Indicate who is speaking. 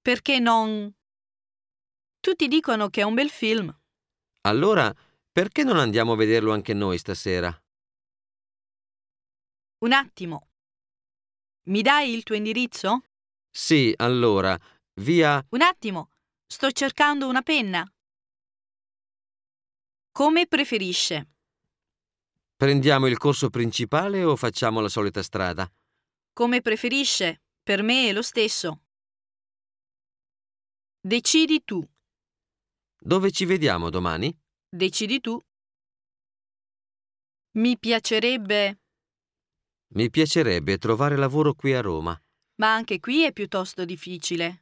Speaker 1: Perché non? Tutti dicono che è un bel film.
Speaker 2: Allora, perché non andiamo a vederlo anche noi stasera?
Speaker 1: Un attimo. Mi dai il tuo indirizzo?
Speaker 2: Sì, allora, via
Speaker 1: Un attimo. Sto cercando una penna. Come preferisce.
Speaker 2: prendiamo il corso principale o facciamo la solita strada?
Speaker 1: Come preferisce. Per me è lo stesso. Decidi tu.
Speaker 2: Dove ci vediamo domani?
Speaker 1: Decidi tu. Mi piacerebbe,
Speaker 2: Mi piacerebbe trovare lavoro qui a Roma.
Speaker 1: ma anche qui è piuttosto difficile.